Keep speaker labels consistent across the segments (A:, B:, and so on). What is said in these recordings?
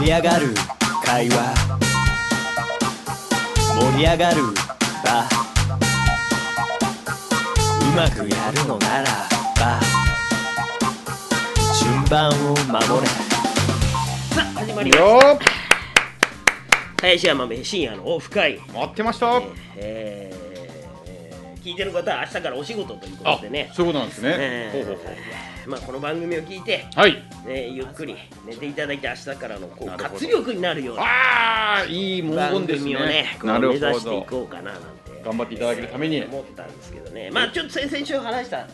A: り上がる会話盛り上がる場うまくやるのならば順番を守れ
B: さあ始まりまし
C: よー
B: た林家豆深夜のオフ会
C: 待ってました
B: えー聞いてる方は明日からお仕事ということでね
C: そういうことなんですね
B: え
C: ほう
B: ー
C: ほうほう
B: まあこの番組を聞いて、
C: はい
B: ね、ゆっくり寝ていただいて明日からのこ
C: な
B: う
C: るほど
B: 活力になるような
C: ああいい文
B: 番
C: 言です
B: 組をね
C: ね
B: こう
C: な
B: 目
C: る
B: 指
C: ほ
B: してい
C: ど
B: こうかななんて
C: 頑張っていただけるために
B: えー思ったんですけどねまあちょっと先々週話したん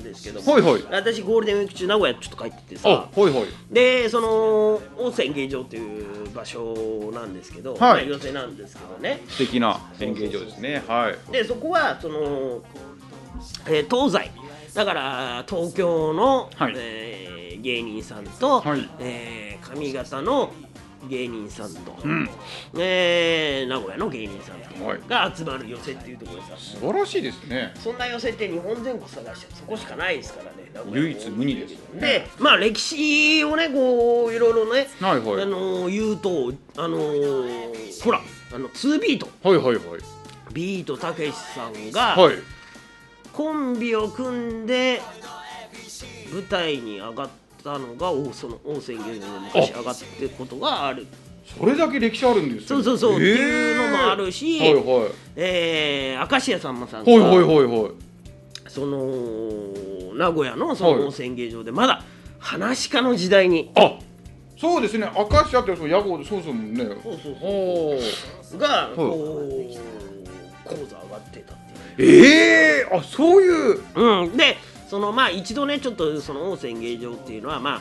B: ですけど
C: はいはい
B: 私ゴールデンウィーク中名古屋ちょっと帰ってて
C: あ
B: さ
C: ほいほい
B: でその温泉芸場という場所なんですけど、まあ寄せなんですけどね
C: 素敵な演芸場ですねはい
B: でそこはその、えー東西だから東京の、
C: はい
B: えー芸人さんと、
C: はい
B: えー上方の芸人さんと、
C: うん
B: えー名古屋の芸人さんと
C: はい
B: が集まる寄せっていうところでさ
C: 素晴らしいですね
B: そんな寄せって日本全国探してそこしかないですからね名古屋
C: 唯一無二ですよね
B: でまあ歴史をねこういろいろね、
C: はいはい
B: あのー言うとあのーほらあの2ビート
C: はいはいはい
B: ビートたけしさんが、
C: はい
B: コンビを組んで舞台に上がったのがおその温泉芸能で昔上がってことがある
C: それだけ歴史あるんです
B: そ
C: よ
B: うそうそう、
C: へー
B: っていうのもあるし、
C: はいはいはい
B: えー、明石家さんまさんが
C: はいはいはい
B: その名古屋のそ
C: はい
B: の温泉芸場でまだ話し家の時代に
C: あそうですね明石家ってそう屋号でそうそうもんね
B: そうそうそ
C: ほう
B: うがこう講座上がってたっていう。
C: ええあそういう
B: うん、でそのまあ一度ねちょっとその温泉芸場っていうのはまあ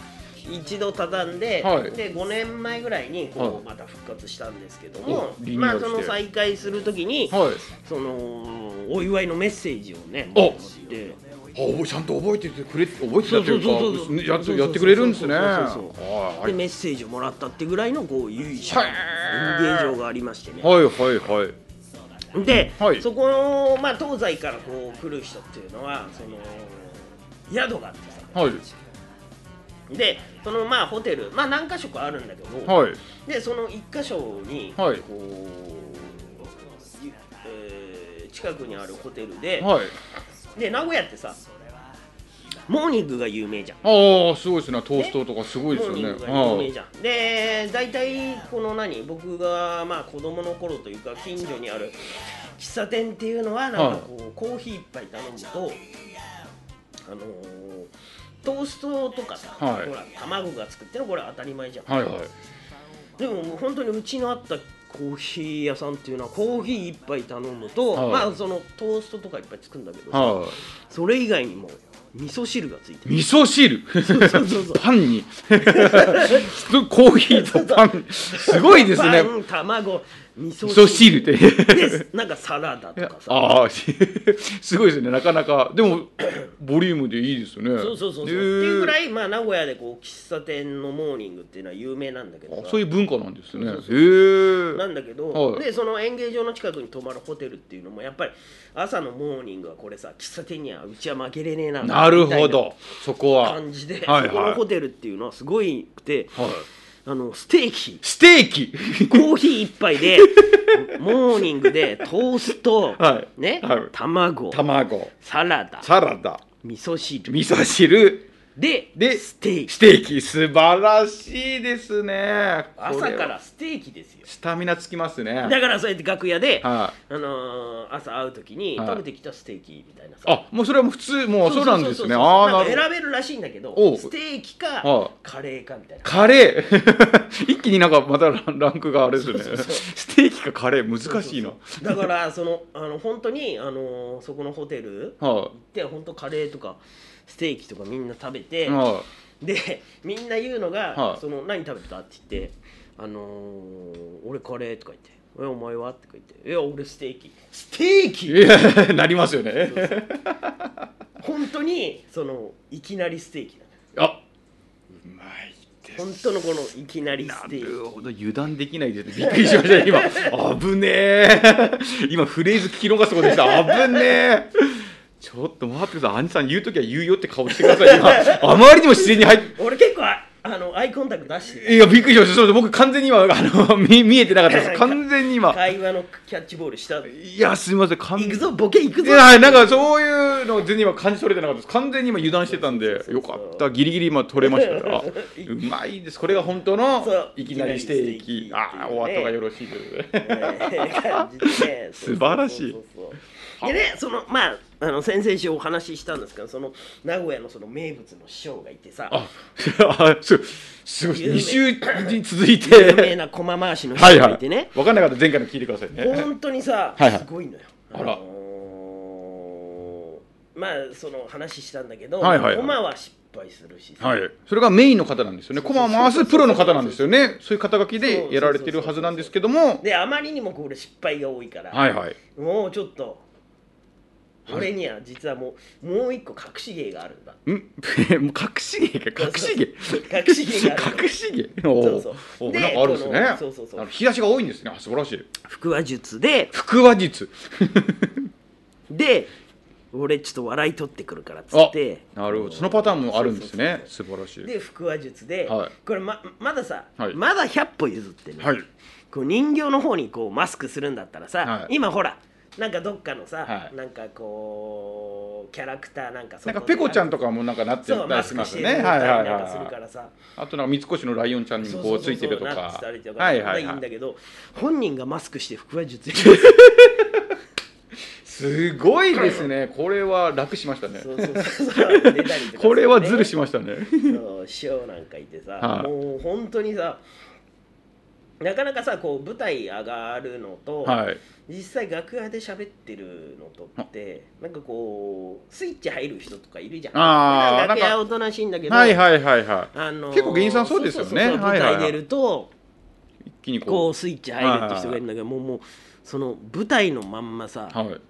B: 一度畳んで、
C: はい
B: で5年前ぐらいに
C: は
B: こ
C: いう
B: また復活したんですけども、
C: おリニューア
B: まあ
C: ルして
B: その再開する時に、
C: はい
B: そのお祝いのメッセージをね
C: お
B: で
C: あおぼちゃんと覚えててくれて覚えてたというか
B: そうそうそうそう
C: ねやつやってくれるんですね
B: そうそう
C: は
B: そうそうそう
C: いは
B: で
C: い
B: メッセージをもらったってぐらいのこう由緒
C: は
B: あ
C: い
B: る芸場がありましてね、
C: はいはいはい
B: で、
C: はい
B: そこの、まあ、東西からこう来る人っていうのはその宿があってさ
C: はい
B: でそのまあホテルまあ何箇所かあるんだけど、
C: はい
B: でその一箇所に、
C: はい
B: こう、いえー近くにあるホテルで、
C: はい
B: で名古屋ってさモーニングが有名じゃん。
C: ああすごいですねトーストとかすご
B: モ
C: いです
B: ー
C: よ
B: ニ
C: ね
B: ングが有名じゃん。で大体この何僕がまあ子供の頃というか近所にある喫茶店っていうのはなんかこう、コーヒー一杯頼むとあのートーストとかさ、
C: はい
B: ほら卵がつくってのはこれは当たり前じゃん。
C: はいはいはい
B: でももう本当にうちのあったコーヒー屋さんっていうのはコーヒー一杯頼むと、
C: はい
B: まあそのトーストとかいっぱいつくんだけどさ、
C: は
B: それ以外にも味噌汁がついて
C: い
B: る
C: 味噌汁
B: そうそうそう
C: パンに コーヒーとパンすごいですね
B: パン卵味噌
C: 味噌汁って
B: でなんかサラダとかさ
C: ああすごいですねなかなかでもボリュームでいいですよね
B: そうそうそうそう、
C: へ
B: って
C: え
B: いうぐらいまあ名古屋でこう喫茶店のモーニングっていうのは有名なんだけど
C: あ
B: さ
C: そういう文化なんですねへ
B: そうそな
C: え
B: んだけど、
C: はい
B: でその演芸場の近くに泊まるホテルっていうのもやっぱり朝のモーニングはこれさ喫茶店にはうちは負けれねえな
C: なる
B: みたい
C: ほ
B: な
C: どそこは
B: 感じで、
C: はいはい
B: そこのホテルっていうのはすごいくて、
C: はい
B: あのステーキ
C: ステーキ
B: コーヒー一杯でモーニングでトースト、
C: はい
B: ね、
C: はい
B: 卵
C: 卵
B: サラダ
C: サラダ
B: 味噌汁
C: 味噌汁
B: で
C: で
B: ステーキ
C: ステーキ素晴らしいですねこ
B: 朝
C: れは
B: からステーキですよ
C: スタミナつきますね
B: だからそうやって楽屋で、
C: は
B: あのー朝会う時に
C: はい
B: 食べてきたステーキみたいなさ、
C: あもうそれはもう普通もうそうなんですねああ
B: な
C: なん
B: か
C: るほど
B: 選べるらしいんだけど
C: おう
B: ステーキか
C: はい
B: カレーかみたいな
C: カレー 一気になんかまたランランクがあれですねステーキかカレー難しい
B: そ
C: な
B: うそうそうだからそのあの本当にあのーそこのホテ ル
C: は
B: で本当カレーとかステーキとかみんな食べて、
C: いは
B: でみんな言うのが「
C: はい
B: その何食べた?」って言って「あのー俺カレー」とか言って「えお前は?」とか言って「いや俺ステーキ」ステー
C: い
B: キ
C: いやなりますよね
B: 本当にそのいきなりステーキだ
C: あうまいです
B: 本当のこのいきなりス
C: な
B: テー
C: るほど油断できないですねびっくりしました今危ねえ今フレーズ聞き逃すことでした危ねえちょっと
B: アイコンタクト出して
C: いや、びっくりしました。そうです僕、完全に今、あの、見見えてなかったです。完全に今。
B: 会話のキャッチボールした行
C: いや、すみません。完
B: くぞボケ行く
C: い
B: ぞ
C: や、なんかそういうの全然今感じ取れてなかったです。完全に今油断してたんで、よかった。ギリギリ今取れましたから。あうまいです。これが本当の
B: そう
C: いきなりステーキ。ああ、終わったがよろしいということ
B: え
C: で。
B: ー感じでね
C: 素晴らしい
B: そうそうそうそうでねそのまああの先々週お話ししたんですけどその名古屋のその名物の師匠がいてさ
C: あ、あ すすごい。
B: 有名
C: 2週に続い
B: 有名
C: て。
B: な駒回しの師
C: はい
B: 匠
C: は
B: がいてね、
C: い。わかんなかった前回の聞いてくださいね。
B: 本当にさ、
C: はいはい
B: すごいのよ。
C: あら
B: のーまあその話したんだけど、
C: はいはいはい
B: 駒は失敗するしさ、
C: はい、それがメインの方なんですよね、駒を回すプロの方なんですよね、そういう肩書き
B: そうそうそうそ
C: で
B: う
C: やられてるはずなんですけども、
B: であまりにもこれ失敗が多いから、
C: はいはい、
B: もうちょっと
C: はい
B: 俺には実はもうもう一個隠し芸があるんだ。
C: ん もう隠し芸か、隠し芸、
B: 隠し芸がある
C: 隠し芸、
B: そ
C: お
B: うそう
C: おお
B: で
C: なんかあるんです
B: こ
C: ね
B: のそうそうそう
C: なるほど引き出しが多いんですね、あ素晴らしい、
B: 腹話術で
C: 腹話術、
B: で俺ちょっと笑い取ってくるからっつって。
C: なるほど、そのパターンもあるんですね、素晴らしい、
B: で腹話術で、
C: はい
B: これままださ、
C: はい
B: まだ100歩譲ってね、
C: はい、
B: こう人形の方にこうマスクするんだったらさ、
C: はい
B: 今ほらなんかどっかのさ、
C: はい
B: なんかこうキャラクターなんか
C: なんかペコちゃん
B: と
C: とかもなんかなって
B: そう
C: た
B: マ
C: り
B: ス
C: し
B: ク
C: ま
B: し
C: す
B: て
C: よ
B: る
C: ね、
B: 状
C: はい
B: 態
C: はい
B: なんかするか
C: は
B: らさ、
C: い、あとなんか三越のライオンちゃんに
B: そう
C: こ
B: そううそ
C: つ
B: う
C: いてると
B: なっ
C: か
B: てたりと、か
C: はいはい
B: いいん
C: は
B: だ
C: い、
B: けど本人がマスクして腹話術やる
C: すごいですね、これは楽しましたね。
B: そうそう そうそう出たりとかするね
C: これはズルしましたね。
B: そう師匠なんかいてさ、
C: はい
B: もう本当にさなかなかさこう舞台上がるのと、
C: はい。
B: 実際楽屋で喋ってるのとってなんかこうスイッチ入る人とかいるじゃん
C: あー
B: 楽
C: な
B: 屋
C: ん
B: おとなしいんだけど、
C: はいはいはいは
B: あのー
C: 結構芸人さんそうですよね
B: そうそうそう
C: は
B: 舞
C: いはいはい
B: 台出ると
C: い。一気に
B: こ
C: こ
B: うスイッチ入るって人がいるんだけどもうもうその舞台のまんまさ
C: う。はい。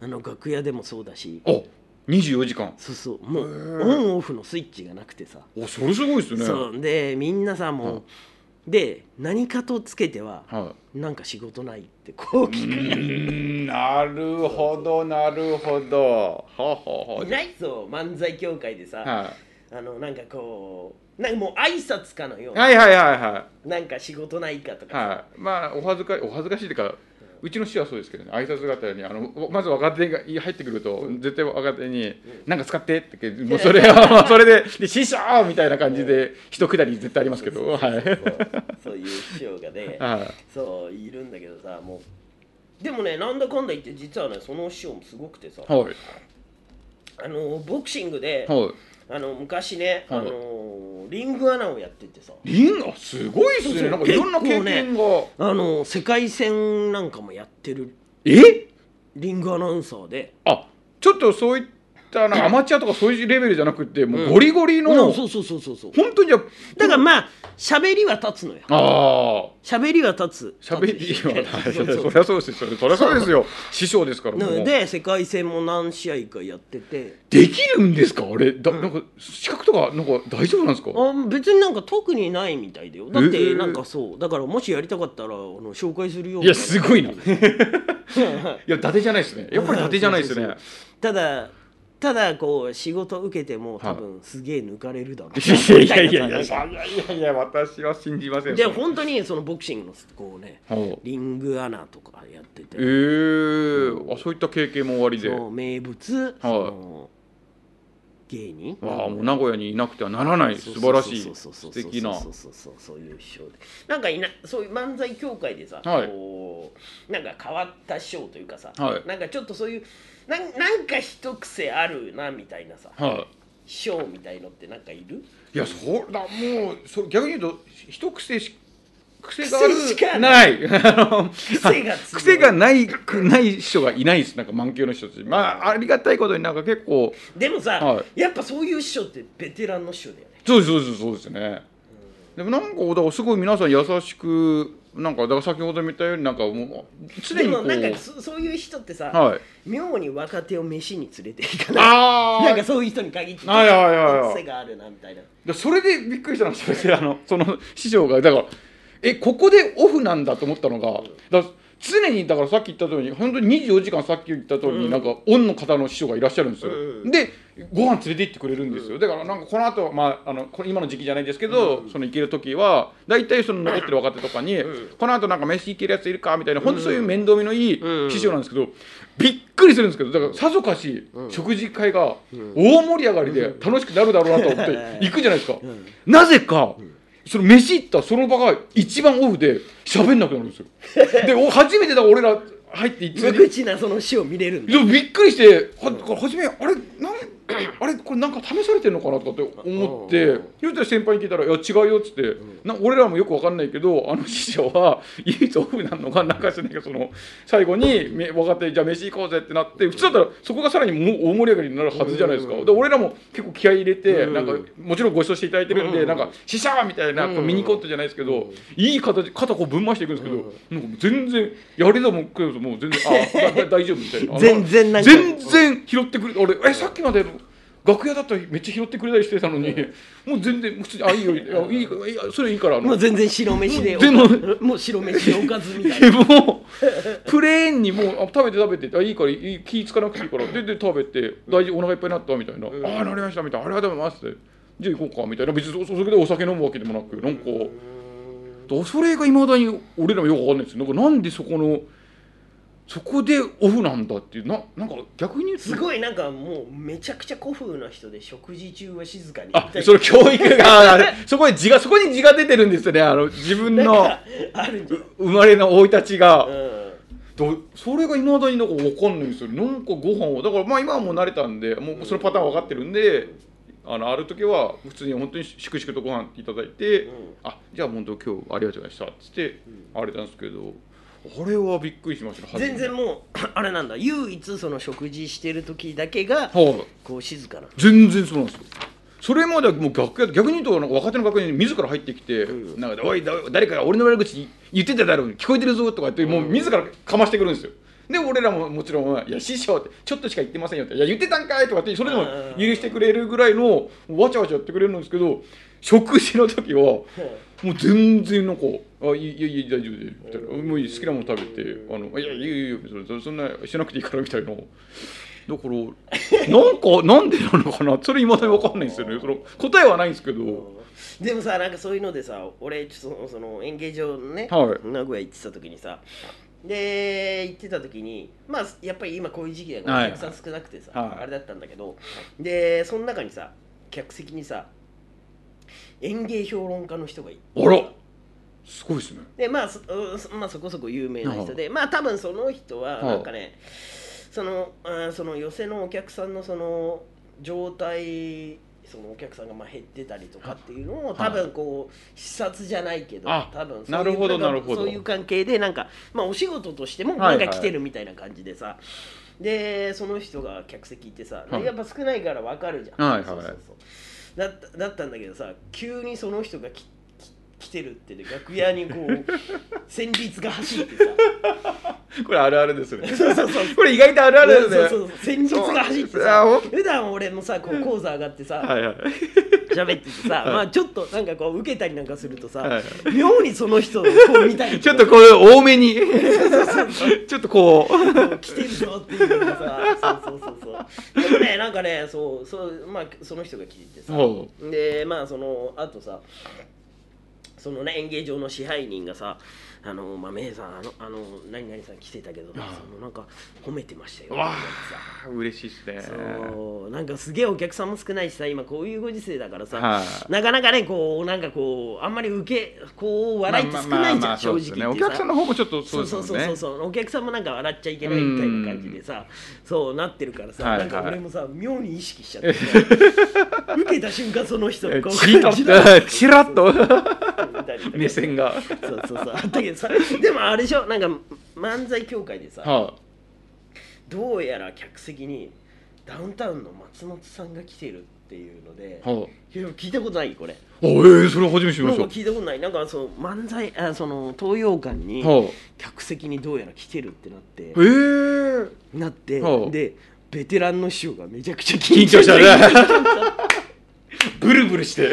B: あの楽屋でもそうだし
C: お、二十四時間。
B: そうそうもう
C: へー
B: オンオフのスイッチがなくてさ
C: お、それすごいですね。
B: そうでみんなさもう、
C: はい
B: で何かとつけては
C: は
B: なんか仕事ないってこう
C: い。う
B: 聞く、
C: ーんなるほどなるほど。はあはあはい
B: ないぞ漫才協会でさ、
C: あ。は
B: あのなんかこうなんかもう挨拶かのよう
C: い。
B: な、
C: はいはいはいは
B: なんか仕事ないかと
C: い。
B: かさ、
C: はい。まあお恥ずかお恥ずかしいというか。うちの師はそうですけどね、挨拶方にあのまず若手が入ってくると、絶対若手に「なんか使って」ってもうそれ はそれで「で師匠!」みたいな感じで一くだり絶対ありますけどはい
B: そうそういう師匠がね
C: はい
B: そういるんだけどさもうでもねなんだかんだ言って実はねその師匠もすごくてさ
C: はい
B: あのボクシングで
C: はい
B: あの昔ねあ
C: はい
B: のリングアナをやっててさ
C: リンゴすごいっすね。なんかいろんな経験が。
B: あの世界戦なんかもやってる
C: え
B: リングアナウンサーで
C: あちょっとそういったなんかアマチュアとかそういうレベルじゃなくて、もううんゴリゴリの、
B: うんそ
C: 本
B: うそうそうそうそう
C: 当にじゃ
B: だからまあ喋りは立つのよ
C: ああ。
B: 喋りは立つ
C: しゃべりはない
B: そうそうそう
C: そりゃそうですよそりゃそうですよ師匠ですから
B: な
C: も
B: の
C: う
B: で世界戦も何試合かやってて
C: できるんですかあれだなんか資格とかなんか大丈夫なんですか
B: あ別になんか特にないみたいだよだって
C: え
B: なんかそうだからもしやりたかったらあの紹介するよ
C: いやすごいな い
B: はい
C: や伊達じゃないですねやっぱり伊達じゃないですね
B: ただただこう仕事受けても多
C: はい
B: 分すげえ抜かれるだろう
C: いやいやいやい
B: み
C: やい
B: たいなさ
C: やいやいや私は信じません
B: で
C: それ
B: 本当にそのボクシングのこうね
C: はい
B: リングアナとかやってて
C: えー、あそういった経験も終わりで
B: その名物その芸人
C: わあもう名古屋にいなくてはならない素晴らしい
B: そうそうそうそう
C: 素敵な
B: そうそうそうそうそういう師匠でなんかいなそういう漫才協会でさ、
C: はい
B: こうなんか変わった師匠というかさ、
C: はい
B: なんかちょっとそういうなんなんか一癖あるなみたいなさ
C: は
B: 師匠みたいのってなんかいる
C: いいやそらもうそ逆に言うと一癖し癖がある
B: 癖しか
C: な
B: ない
C: あの
B: 癖が強い
C: 癖がないくない人がいないですなんか満級の人たちまあありがたいことになんか結構
B: でもさ、
C: は
B: やっぱそういう師匠ってベテランの師匠だよね
C: そうですそうですそうですねでもなんかだからすごい皆さん優しくなんかだから先ほど見たようになんかもう常
B: で
C: に
B: も
C: こ
B: なんか
C: う
B: そそういう人ってさ、
C: はい
B: 妙に若手を飯に連れて行かない
C: ああ
B: なんかそういう人に限って、
C: はいはいはいはい
B: 癖があるなみたいな
C: でそれでびっくりしたの がそれであのその師匠がだからえここでオフなんだと思ったのがだから常にだからさっき言った通り本当に24時間さっき言った通りに、
B: うん
C: なんかオンの方の師匠がいらっしゃるんですよ、
B: うん
C: でご飯連れて行ってくれるんですよ、だからなんかこの後、まああのこれ今の時期じゃないですけど、その行ける時は大体その残ってる若手とかに、
B: ん
C: この後なんか飯行けるやついるかみたいな本当そういう面倒見のいい
B: うん
C: 師匠なんですけど、びっくりするんですけどだからさぞかし食事会が大盛り上がりで楽しくなるだろうなと思って 行くじゃないですか、なぜか、その飯行ったその場が一番オフで喋んなくなるんで すよでお初めてだから俺ら入って一
B: 無口なその死を見れるんだ
C: でもびっくりしては初めあれなん あれこれなんか試されてるのかなとかって思って
B: うん
C: 言うたら先輩に聞いたら「いや違うよ」っつって、な俺らもよくわかんないけどあの師匠は唯一オフなのがなんかしないけどその最後にめ若手じゃあ飯行こうぜってなって普通だったらそこがさらにもう大盛り上がりになるはずじゃないですか、
B: うん
C: で俺らも結構気合い入れて、
B: うん
C: なんかもちろんご一緒していただいてるんで、
B: うん
C: なんか「師匠!」みたいなこう
B: うん
C: ミニコントじゃないですけど、いい形肩こうぶん回していくんですけど、なんか全然やりだもんくれずもう全然 あだだ大丈夫みたいな
B: 全然なんか
C: 全然拾ってくれ俺えさっきまで楽屋だったらめっちゃ拾ってくれたりしてたのに、もう全然普通に「あいいよいいよいいよいいよそれいいから」あの
B: もう全然白飯で
C: でも
B: もう白飯でおかずみたいな
C: で もうプレーンにもうあ食べて食べてあいいからいい気ぃつかなくていいからでで食べて大丈夫お腹いっぱいになったみたいな、
B: ん
C: ああなりましたみたいなありがとうございますってじゃあ行こうかみたいな別にそそれでお酒飲むわけでもなくなんかだそれがいまだに俺らもよくわかんないですよなんかなんでそこのそこでオフなんだっていうななんか逆に言うと
B: すごいなんかもうめちゃくちゃ古風な人で食事中は静かに
C: あその教育 があれそこに字がそこに字が出てるんですよねあの自分
B: なん
C: の
B: かあるんじゃ
C: 生まれの生い立ちが。
B: ないうん
C: どそれがいまだになんか分かんないんですよなんかご飯をだからまあ今はもう慣れたんでもうそのパターン分かってるんであのある時は普通に本当にしくしくとご飯いただいて、
B: うん
C: あじゃあ本当今日ありがとうございましたっつって、あれなんですけどあれはびっくりしました初め
B: 全然もうあれなんだ唯一その食事してる時だけが
C: はい
B: こう静かな
C: 全然そうなんですよそれまではもう楽屋逆に言うとなんか若手の楽屋に自ら入ってきて「なんかおいだ誰かが俺の悪口言ってただろう聞こえてるぞ」とか言ってもう自らかましてくるんですよで俺らももちろん「いや師匠ってちょっとしか言ってませんよ」って「いや言ってたんかい」とかってそれでも許してくれるぐらいのわちゃわちゃやってくれるんですけど食事の時はもう全然なんか「あいいいやいや大丈夫で」みたいな「もういい好きなもの食べてあのいやいやいやいやそそんなしなくていいから」みたいな。だからなんかなんでなのかなそれいまだに分かんないんですよねその答えはないんですけど
B: でもさなんかそういうのでさ俺ちょっとその演芸場のね、
C: はい
B: 名古屋行ってた時にさで行ってた時にまあやっぱり今こういう時期だか
C: は
B: ら
C: い
B: お客さん少なくてさ、
C: はい
B: あれだったんだけどでその中にさ客席にさ演芸評論家の人がい
C: あらすごいですね
B: でまあそ,うん、そまあ、そこそこ有名な人で、まあ多分その人は
C: はい
B: なんかね、そのあーその寄せのお客さんのその状態そのお客さんがまあ減ってたりとかっていうのを多分こう視察じゃないけど
C: あ
B: 多分そういう
C: なるほど
B: んか
C: なるほど
B: そういう関係でなんかまあお仕事としても
C: は
B: ないん
C: はい
B: か来てるみたいな感じでさ、でその人が客席行ってさ、
C: はい
B: やっぱ少ないからわかるじゃん、
C: はいはい
B: そうそうそうだっただったんだけどさ急にその人がきき来てるってで楽屋にこ う旋律が走ってさ
C: これあるあるですね
B: そうそうそう
C: これ意外とあるある
B: そう
C: です
B: そ
C: ね
B: うそう旋律が走って
C: あお
B: さ普段俺もさこう講座上がってさ、
C: はいはい
B: 喋っててさ、まあちょっとなんかこう受けたりなんかするとさ、
C: はいはい
B: 妙にその人をこう見たり
C: ちょっ
B: か
C: とこれ多めに ちょっとこう
B: 来てるぞっていうのがさそうそうそうそうでもねなんかねそうそうまあその人が聞いてさ
C: ほ
B: でまあそのあとさそのね演芸場の支配人がさあのまあメイさんあのあの何々さん来てたけどそのなんか褒めてましたよ
C: わ
B: み
C: あ嬉しいです
B: た
C: ね
B: いなさそうなんかすげえお客さんも少ないしさ今こういうご時世だからさ、
C: はい
B: なかなかねこうなんかこうあんまり受けこう笑いって少ないじゃん正直言って
C: ね
B: さ
C: お客さんの方もちょっとそ
B: そうう
C: です
B: そ
C: も
B: うんそう
C: ね
B: そうそう、お客さんもなんか笑っちゃいけないみたいな感じでさそうなってるからさ、
C: は
B: な
C: い
B: ん
C: は
B: か
C: い
B: 俺もさ妙に意識しちゃ ってさ受けた瞬間その人
C: え
B: こ
C: チラッとチラッと目線
B: が
C: が
B: そうそうそうあったけどさでもあれでしょなんか漫才協会でさ、
C: は
B: どうやら客席にダウンタウンの松本さんが来てるっていうので、
C: いはい
B: いや聞いたことないこれ
C: あえー、それ初めて知り
B: なん
C: まし
B: か
C: た
B: 聞いたことないなんかその漫才あその東洋館に
C: は
B: 客席にどうやら来てるってなって、
C: あ、えー、
B: なって、
C: はあ
B: でベテランの師匠がめちゃくちゃ緊
C: 緊張したね ブルブルして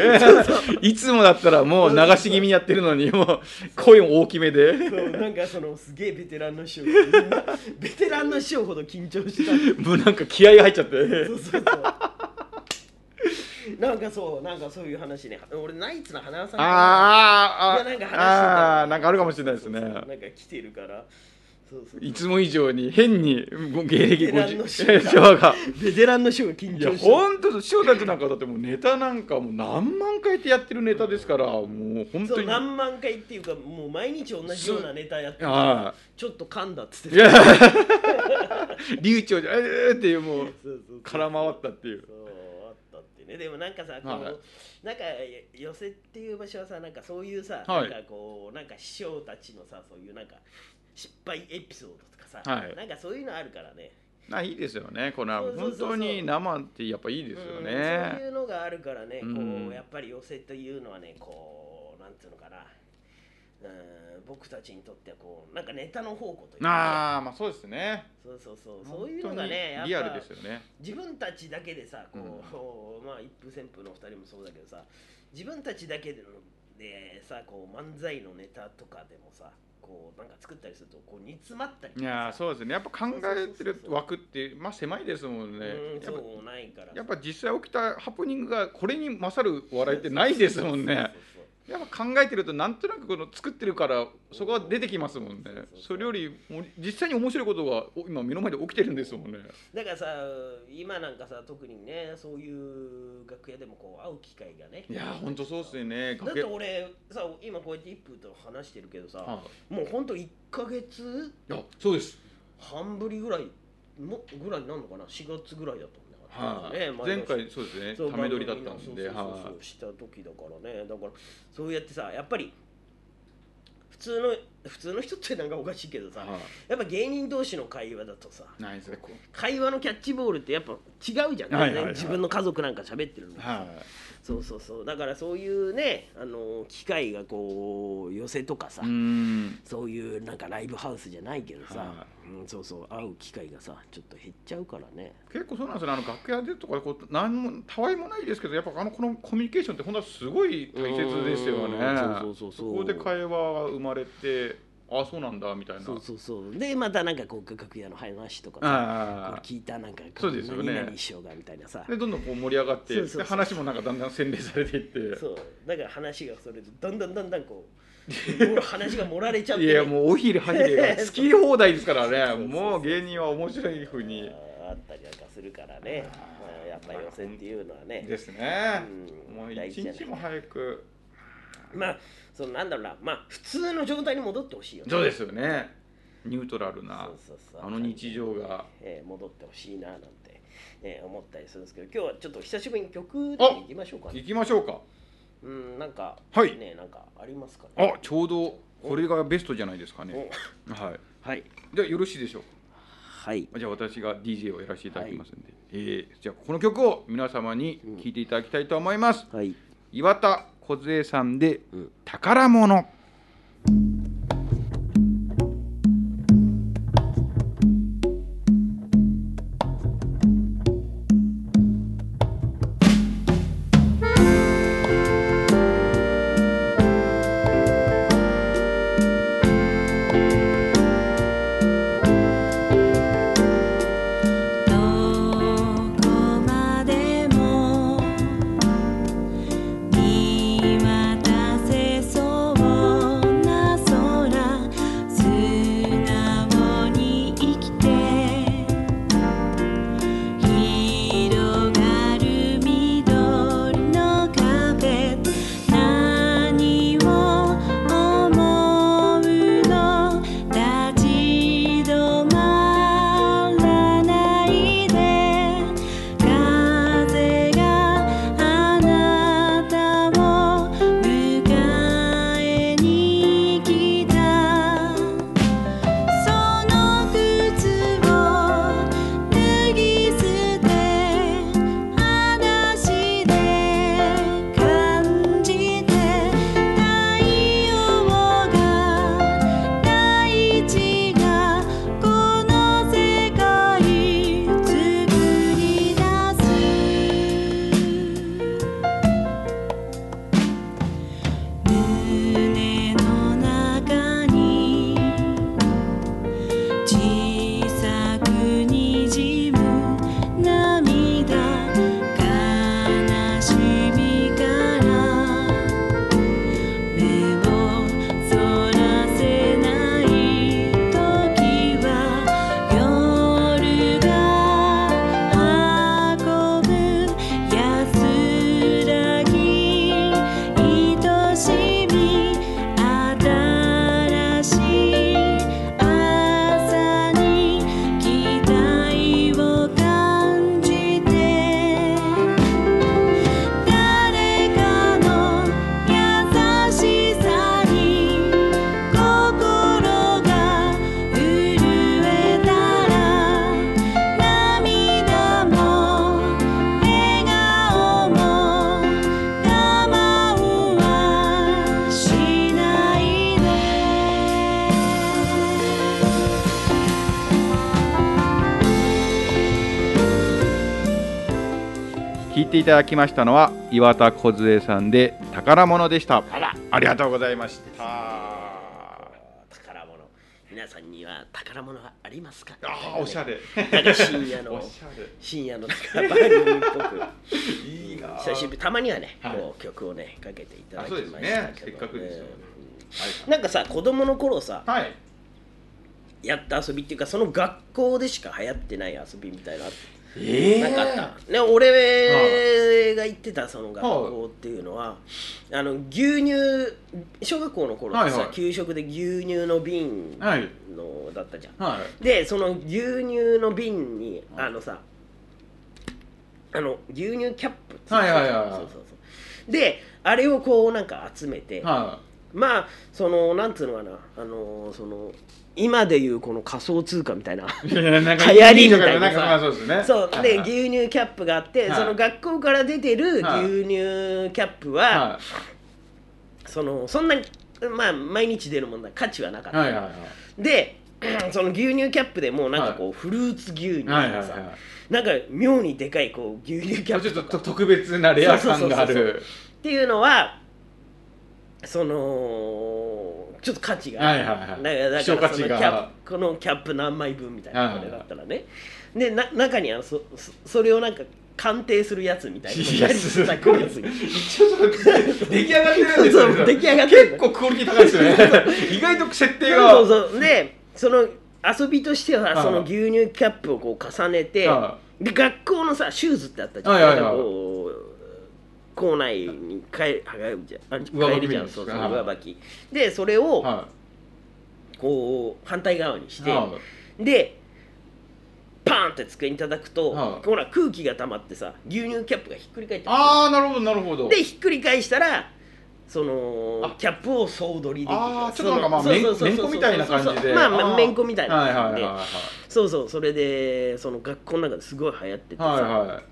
C: いつもだったらもう流し気味にやってるのにもう声も大きめで
B: そう なんかそのすげえベテランの師匠みんな ベテランの師匠ほど緊張した
C: もうなんか気合が入っちゃって
B: そうそうそうなんかそうなんかそういう話ね俺ナイツの花輪さんから
C: あーあ
B: いやなんか話して
C: ー
B: た
C: あーなんかあるかもしれないですね
B: そうそうなんか来てるからそうそう
C: いつも以上に変にもう芸歴
B: ベテランの師
C: 50
B: 匠
C: 昭和が
B: ベテランの師匠が緊
C: いや
B: 張して
C: ほんと翔太君なんかだってもうネタなんかもう何万回ってやってるネタですからもう本
B: そ
C: 当
B: う
C: に
B: 何万回っていうかもう毎日同じようなネタやって
C: あ
B: ちょっと噛んだっつっ
C: い
B: てた
C: や流暢じゃえーっていう
B: そ
C: もう
B: うそうそう
C: 空回ったっていう
B: そうあったってねでもなんかさこの、
C: はい
B: なんか寄せっていう場所はさなんかそういうさ、
C: はい
B: なんかこうなんか師匠たちのさそういうなんか失敗エピソードとかさ、
C: はい
B: なんかそういうのあるからね
C: あいいですよねこの
B: そうそう
C: 本
B: そうそう
C: 当に生ってやっぱいいですよ
B: うんそうい
C: ね
B: うのがあるからね、
C: うん
B: こうやっぱり寄せというのはねこうなんていうのかなうん僕たちにとってはこうなんかネタの宝庫というか、ね、
C: ああまあそうですね
B: そうそうそうそういうのがね
C: 本
B: や
C: 当
B: っ
C: に
B: ぱ
C: リアルですよね
B: 自分たちだけでさこう、まあ一風旋風のお二人もそうだけどさ自分たちだけでのでさこう漫才のネタとかでもさこうなんか作ったりするとこう煮詰まったりと
C: い
B: かさ
C: やーそうですねやっぱ考えてる枠ってまあ狭いですもんね
B: うん
C: やっぱ
B: そうないから
C: やっぱ実際起きたハプニングがこれに勝る笑いってないですもん
B: そ
C: ね
B: うそうそう
C: やっぱ考えてるとなんとなくこの作ってるからそこは出てきますもんねそれよりもう実際に面白いことがお今目の前で起きてるんですもんね
B: だからさ今なんかさ特にねそういう楽屋でもこう会う機会がね
C: いやーほんとそうっすよね
B: だって
C: 崖
B: 俺さ今こうやって一風と話してるけどさ、
C: は
B: もうほんと1ヶ月
C: いいやそうです
B: 半ぶりぐらいもぐらいになるのかな4月ぐらいだったんだ
C: は
B: か
C: い、
B: ら
C: 前
B: 毎年
C: 回そうです
B: そう
C: ねため撮りだったん
B: そう
C: で
B: そうそうそう
C: は
B: した時だからねだからそうやってさやっぱり普通の普通の人ってなんかおかしいけど
C: い
B: さ、
C: は
B: やっぱ芸人同士の会話だとさ
C: いないですねこう
B: 会話のキャッチボールってやっぱ違うじゃん、
C: はいはいはい
B: 自分の家族なんか喋ってるのに、
C: はい
B: そうそうそうだからそういうねあの機会がこう寄せとかさ、
C: うーん
B: そういうなんかライブハウスじゃないけどさ、
C: は
B: うん、そうそう会う機会がさちょっと減っちゃうからね
C: 結構そうなんですよねあの楽屋でとかこう何もたわいもないですけどやっぱあのこのコミュニケーションって本当はすごい大切ですよね
B: うんそうそうそうそう
C: そこで会話が生まれてああそうなんだみたいな
B: そうそうそうでまたなんかこう楽屋の話とかさこ
C: あ
B: れ聞いたなんか
C: そうですよね
B: 何々しようがみたいなさ
C: あでどんどんこう盛り上がって
B: そうそうそう
C: で話もなんかだんだん洗練されていっ
B: そうだから話がそれでだんだんだんだんこう もう話が盛られちゃってて
C: い
B: ね、
C: やもうおひれはひれが 好き放題ですからね
B: そうそう
C: もう芸人は面白いふうに
B: あーあったりなんかするからねまあやっぱり寄せっていうのはね
C: ですね
B: うん
C: もう
B: 大事
C: 一
B: じゃない
C: 日も早く
B: まあそのなんだろうなまあ普通の状態に戻ってほしいよね
C: そうですよねニュートラル
B: そ
C: な
B: うそうそう
C: あの日常が
B: えー戻ってほしいななんて、えー思ったりするんですけど今日はちょっと久しぶりに曲でも行きましょうかね
C: 行きましょうか
B: うんなんか、
C: はい
B: ねなんかありますかね
C: あちょうどこれがベストじゃないですかね。は
B: はい
C: い。じゃあよろしいでしょう
B: はい
C: か。じゃあ私が DJ をやらせていただきますんで。えーじゃあこの曲を皆様に聴いていただきたいと思います。
B: はい
C: 岩田梢さんで
B: うん
C: 宝物。
D: 「どこまでも見渡せそうな空
C: っていただきましたのは岩田梢さんで宝物でした
B: あら
C: ありがとうございました
B: 宝物皆さんには宝物はありますか
C: あーおしゃれ
B: なんか深夜の
C: おしゃれ
B: 深夜の宝番組っぽく
C: いいな
B: 久しぶりたまにはね、
C: はい
B: こう曲をねかけていただき
C: あそ
B: ま
C: う
B: し
C: です
B: た
C: ね
B: けど、
C: せっかくですよ
B: うんなんかさ子供の頃さ
C: はい
B: やった遊びっていうかその学校でしか流行ってない遊びみたいなのあっ
C: え
B: なかった、ね、俺が行ってたその学校っていうのは、あの牛乳小学校の頃ってさ、
C: はいはい
B: 給食で牛乳の瓶の、
C: はい
B: だったじゃん
C: はい
B: でその牛乳の瓶にあのさあの牛乳キャップってうの
C: はいはいはいはい
B: そうそうそうであれをこうなんか集めて、
C: は
B: まあそのなんつうのかなあのーその今でいうこの仮想通貨みたいない
C: いやなんか
B: 流行りみたいなさ
C: んかまあそうですね
B: そうで
C: はい
B: 牛乳キャップがあって、
C: はい
B: その学校から出てる牛乳
C: はい
B: キャップ
C: はい
B: は、
C: は
B: そのそんなに、まあ、毎日出るもんだ価値はなかっ
C: い
B: た、
C: はいはい
B: で その牛乳キャップでもうなんかこう、フルーツ牛乳と
C: はい
B: か
C: はいはい
B: さ、
C: はい
B: なんか妙にでかいこう牛乳キャ
C: もう
B: ッ
C: ちょ
B: プ
C: っ
B: と
C: と
B: か
C: と
B: っ
C: 特別なレア感があ
B: そうそう
C: る
B: ていうのはそのちょっと価値が
C: はいはいはい
B: だからだ
C: 希
B: か
C: 少価
B: らそ
C: 値
B: のキ
C: が
B: ャップこのキャップ何枚分みたいな
C: はい
B: こ
C: はい
B: れ
C: は
B: だ
C: い
B: ったらねでな中にあのそそそれをなんか鑑定するやつみたいなのが
C: いやすごい
B: やつが
C: 一応それ出来上がってるん
B: そう
C: です
B: そう
C: よ
B: 出
C: ね
B: 来上がってる
C: 結構クオリティ高いですよ ね意外と設定が
B: そうそうそうでその遊びとしては
C: はい
B: その牛乳キャップをこう重ねて
C: は
B: で学校のさシューズってあったじゃん、
C: はいはいはい
B: なんかこう校内に帰はがじゃあ帰
C: 上履き
B: りじゃん
C: みたいな
B: そうそう
C: はい
B: 上履きでそれを
C: は
B: こう反対側にし
C: い
B: て、
C: はい
B: でパーンって机に叩くと、
C: はい
B: ほら空気が溜まってさ牛乳キャップがひっくり返って
C: ああなるほどなるほど
B: でひっくり返したらその
C: あ
B: キャップを総取りできる
C: あーちょっとなんかまあ
B: そのそうそう
C: めん
B: そうそう
C: めんこみたいな感じで
B: そうそうまあまあ
C: あー
B: めんこみたいな
C: はいはい
B: 感
C: は
B: じ
C: い
B: で
C: は
B: そうそうそれでその学校の中ですごい流行ってて
C: い
B: さ、
C: はいはい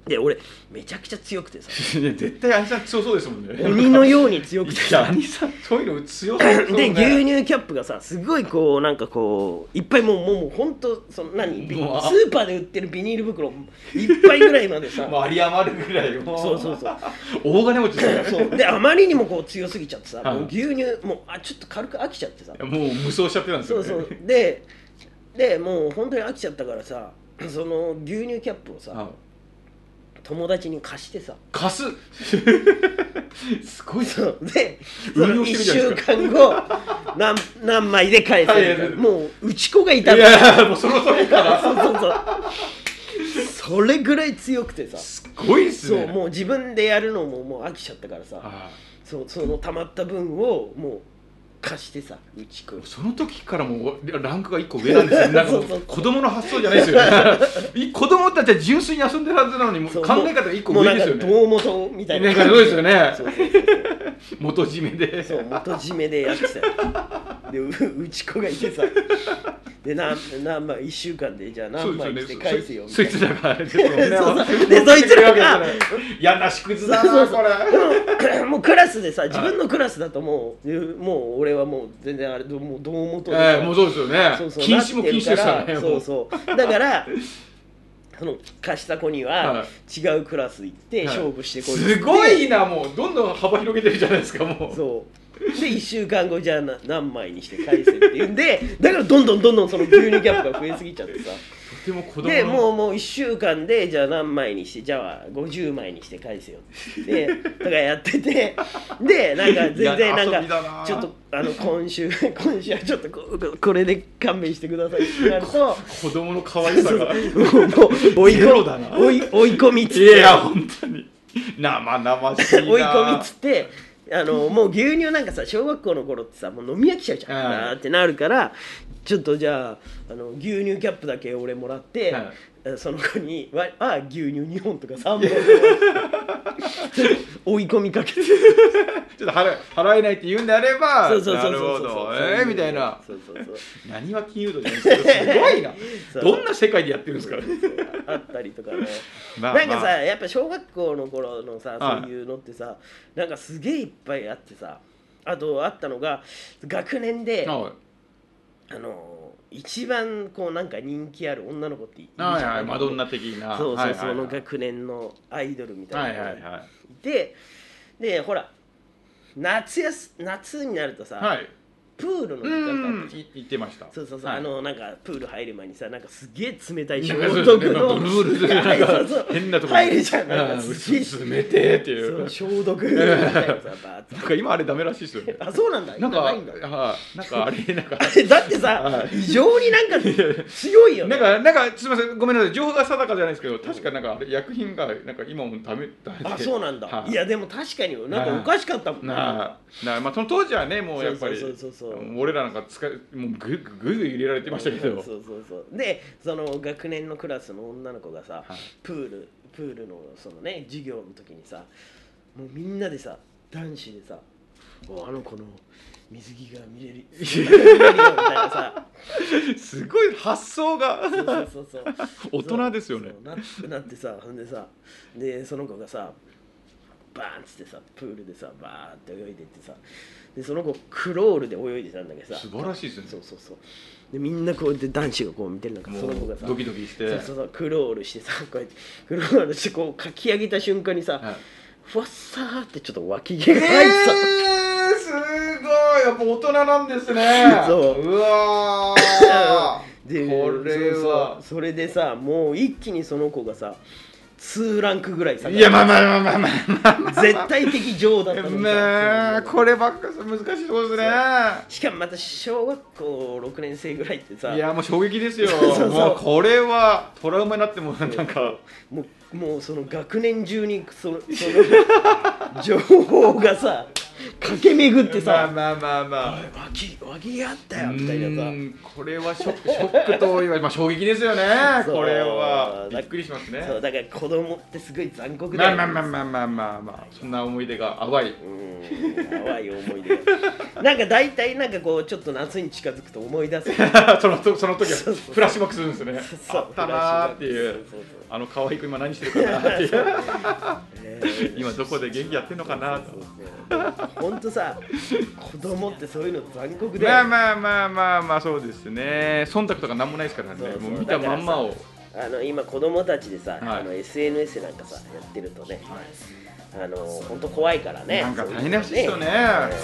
B: で俺めちゃくちゃ強くてさ
C: いや絶対兄さん強そうですもんね
B: 鬼のように強くて
C: いや
B: さ
C: 兄さん そういうの強そうですもん
B: で
C: ね
B: 牛乳キャップがさすごいこうなんかこういっぱいもうもうもうほんとその何ビス
C: もうあ
B: ーパーで売ってるビニール袋いっぱいぐらいまでさ
C: もう有り余るぐらいも
B: そうそうそう
C: 大金持ちですね
B: そうであまりにもこう強すぎちゃってさ、
C: はい
B: もう牛乳もうあちょっと軽く飽きちゃってさ
C: もう無双しちゃってたんです
B: そ
C: よ
B: う
C: ね
B: そうででもう本当に飽きちゃったからさその牛乳キャップをさ、
C: はい
B: 友達に貸してさ
C: 貸す すごいな
B: そうで
C: 運用
B: 1
C: して
B: 週
C: るじ
B: 間後何何枚で返せるみたい
C: はい
B: なもううち子がいた
C: い
B: の
C: やいやもうその時から
B: そうそうそうそれぐらい強くてさ
C: すごいっす
B: そう
C: ね
B: もう自分でやるのももう飽きちゃったからさ
C: は
B: そうそのたまった分をもう貸してさうち子
C: いその時からもうランクが一個上なんですよなんかも う
B: そうそう
C: 子供の発想じゃないですよ ね子供たちは純粋に遊んでるはずなのにもう
B: そう
C: 考え方が一個上ですよ
B: も
C: ね
B: うもうなんか胴元みたいな
C: なんかそうですよね
B: そうそうそうそう
C: 元締めで
B: そう元締めでやってたよでううち子がいてさで何何枚1週間でじゃあ
C: そう
B: 何枚来
C: です
B: て
C: よね
B: 返せよみた
C: そ
B: い
C: い
B: な
C: つらがあれですもんね
B: そう そうでそいつらが
C: 嫌な縮図だなこれ
B: でももうクラスでさ自分のクラスだともう、うもう俺はもう全然あれどもう胴元でさ、
C: ええもうそうですよね
B: そうそう
C: 禁止も禁止ですから
B: なってる
C: ねも
B: そうそうだからその貸した子に
C: は
B: は違うクラス行って勝負してこいっつって
C: すごいなもうどんどん幅広げてるじゃないですかもう
B: そうで1週間後じゃあな何枚にして返せっていうんでだからどんどんどんどんその牛乳キャップが増えすぎちゃってさ
C: とても子供
B: で
C: の
B: もうもう1週間でじゃあ何枚にしてじゃあ50枚にして返せよ ってとかやっててでなんか全
C: いや
B: 然な
C: 遊
B: ん
C: びだ
B: か
C: な
B: ちょっとあの今週今週はちょっとここれで勘弁してくださいってなると。
C: 子供の可愛さがい
B: もうもう追い
C: ゼロだ
B: 込
C: な
B: み追い追い込みっつって
C: やいや本当に生々しいな
B: 追い込みっつってあのもう牛乳なんかさ小学校の頃ってさもう飲み飽きちゃうじゃん、
C: はい
B: あーってなるからちょっとじゃああの牛乳キャップだけ俺もらって、
C: はい
B: えその子にわあー牛乳2本とか3本とか 追い込みかけて
C: ちょっと払え払えないって言うんであれば
B: そうそうそう
C: なる
B: そう
C: ほ
B: そう
C: ど
B: そう
C: えーみたいな
B: そうそうそう
C: 何は金融度じゃないですけどすごいな
B: そう
C: どんな世界でやってるんですか
B: あったりとかね
C: まあ
B: なんか
C: ま
B: さ
C: あ
B: やっぱ小学校の頃のさ
C: はい
B: そういうのってさなんかすげえいっぱいあってさあとあったのが学年で
C: は
B: あの一番こうなんか人気ある女の子っているじゃん
C: はいはいマドンナ的な
B: そうそうそう、
C: はい
B: の
C: はい
B: 学年のアイドルみた
C: はいい
B: な、
C: はいは
B: ででほら夏やす夏になるとさ、
C: いはい
B: プールの時間があ
C: う
B: っ
C: ん
B: たじゃん
C: い言ってました
B: そうそうそう、
C: はい
B: あのなんかプール入る前にさなんかすげえ冷たい
C: な
B: 消
C: んかそうです
B: 毒
C: ね
B: の
C: ブルブルする
B: はい
C: なんか
B: そうそう
C: 変なとこ
B: 入るじゃんなんか
C: うん
B: すげえ
C: 薄めてってい
B: そうう消 毒みたいなさバーッと
C: なんか今あれダメらしいですよね
B: あそうなんだ
C: なんか
B: いだ
C: はいなんかあれなんか
B: あれだってさ
C: は
B: 異常になんか強いよ
C: な
B: ね
C: んか、なんか、すみません、ごめんなさい、情報が定かじゃないですけど、確かなんか、あれ薬品が、なんか、今もダメ。ダメで
B: あそうなんだ
C: はい
B: やでも確かになんかおかしかったもん
C: なあ、なあ、まあ、その当時はね、もうやっぱり
B: そうそうそうそう、
C: 俺らなんか、使い、もう、ぐ、ぐ、ぐぐ入れられてましたけど。
B: そうそうそうでその学年のクラスの女の子がさ、
C: はい
B: プールプールのそのね授業の時にさもうみんなでさ男子でさ「おあの子の水着が見れる水着が見れるよ」みたいなさ
C: すごい発想が。
B: そうそうそうそう
C: 大人ですよね
B: そうそうななってさほんでさでその子がさバーンっつってさプールでさバーって泳いでってさでその子クロールで泳いでたんだけどさ
C: 素晴らしいです
B: そ
C: ね
B: う。そうそうでみんなこうやって男子がこう見てる中その子
C: も
B: が
C: う
B: さ
C: ドキドキして。
B: そうそうそうクロールしてさこうやってクロールしてこうかき上げた瞬間にさ、
C: はい
B: ふわっさーってちょっと脇毛が
C: え
B: 入ってた、
C: ー、すごい、やっぱ大人なんですね。
B: そう
C: うわー。
B: で
C: これ
B: そうそ
C: は
B: う。それでさもう一気にその子がさ2ランクぐらいさ
C: いや、まあ、まあ、まあ、まあ、まあ、まあ。
B: 絶対的女王だったのにさ
C: ねえ
B: その
C: こればっか難しいとこですね
B: しかもまた小学校6年生ぐらいってさ
C: いやもう衝撃ですよ
B: そうそう
C: もうこれはトラウマになってもなんか
B: もうもうその学年中にそのそ の情報がさ駆け巡って
C: まあ
B: さ
C: まあまあまあ
B: 「脇脇があった
C: う
B: よ」みたいなさ
C: ーんこれはショックショックと言わまあ衝撃ですよね
B: そう
C: これはびっくりしますね
B: そうだから子供ってすごい残酷だ
C: ま
B: よ
C: あまあま
B: あ
C: あまあまあまあまあそんな思い出が淡い
B: うん淡い思い出がなんか大体なんかこうちょっと夏に近づくと思い出す
C: そのとその時
B: そう
C: は
B: そう
C: フラッシュバックするんですね
B: そう
C: あったなーってい
B: そ
C: う
B: うそうそう
C: あの可愛い子今何してるかなーっていう
B: えー
C: 今どこで元気やってんのかなーと
B: そうそうほんとさ子供ってそういうの残酷だよ
C: まあまあまあまあまあそうですね忖度とかなんもないですからね
B: そうそう
C: もう見たまんまを
B: あの今子供たちでさ、
C: はい
B: あの SNS なんかさやってるとね、あの本当怖いからね
C: なんか大変らしいですよね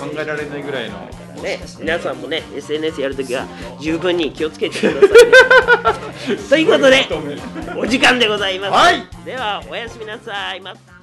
C: 考えられないぐらいの
B: ね、皆さんもね SNS やるときは十分に気をつけてくださ いね。ということでお時間でございます。
C: はい
B: ではおやすみなさい。また